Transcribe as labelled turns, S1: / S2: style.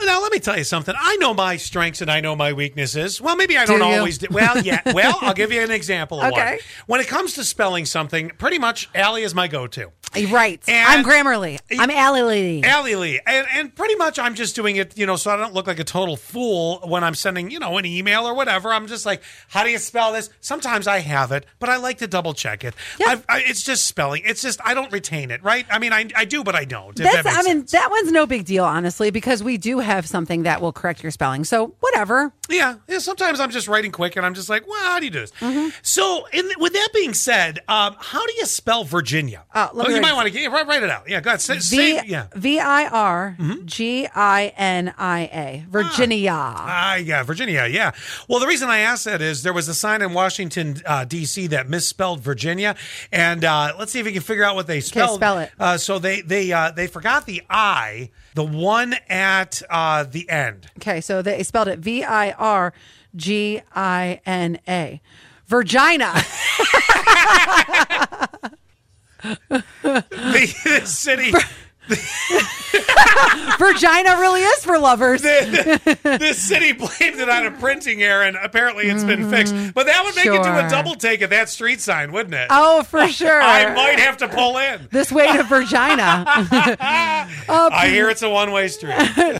S1: Well, let me tell you something. I know my strengths and I know my weaknesses. Well, maybe I
S2: Do
S1: don't
S2: you?
S1: always do. Well, yeah. Well, I'll give you an example of one.
S2: Okay.
S1: When it comes to spelling something, pretty much Allie is my go-to.
S2: Uh, Right. I'm
S1: And-
S2: Grammarly. I'm Ally Lady.
S1: Allie Lee. And, and pretty much I'm just doing it, you know, so I don't look like a total fool when I'm sending, you know, an email or whatever. I'm just like, how do you spell this? Sometimes I have it, but I like to double check it.
S2: Yeah.
S1: I've, I, it's just spelling. It's just, I don't retain it, right? I mean, I, I do, but I don't. if
S2: That's,
S1: that makes
S2: I mean,
S1: sense.
S2: that one's no big deal, honestly, because we do have something that will correct your spelling. So, whatever.
S1: Yeah, yeah. Sometimes I'm just writing quick, and I'm just like, "Well, how do you do this?"
S2: Mm-hmm.
S1: So, in, with that being said, um, how do you spell Virginia?
S2: Oh, let me
S1: you
S2: write
S1: might
S2: it.
S1: want to get, write, write it out. Yeah, go ahead. Say,
S2: V
S1: say- yeah. Mm-hmm.
S2: V I R G I N I A. Virginia.
S1: Ah, yeah, Virginia, yeah. Well, the reason I asked that is there was a sign in Washington, uh, D.C. that misspelled Virginia, and uh, let's see if we can figure out what they spelled.
S2: spell it.
S1: Uh, so they they uh, they forgot the I, the one at uh, the end.
S2: Okay, so they spelled it V I R G I N A. Virginia.
S1: The, the city,
S2: Virginia really is for lovers.
S1: the, the city blamed it on a printing error, and apparently it's been fixed. But that would make you do
S2: Mm-hmm. Sure.
S1: a double take at that street sign, wouldn't it?
S2: Oh, for sure.
S1: I might have to pull in.
S2: This way to Virginia. Oh,
S1: I hear it's a one way street.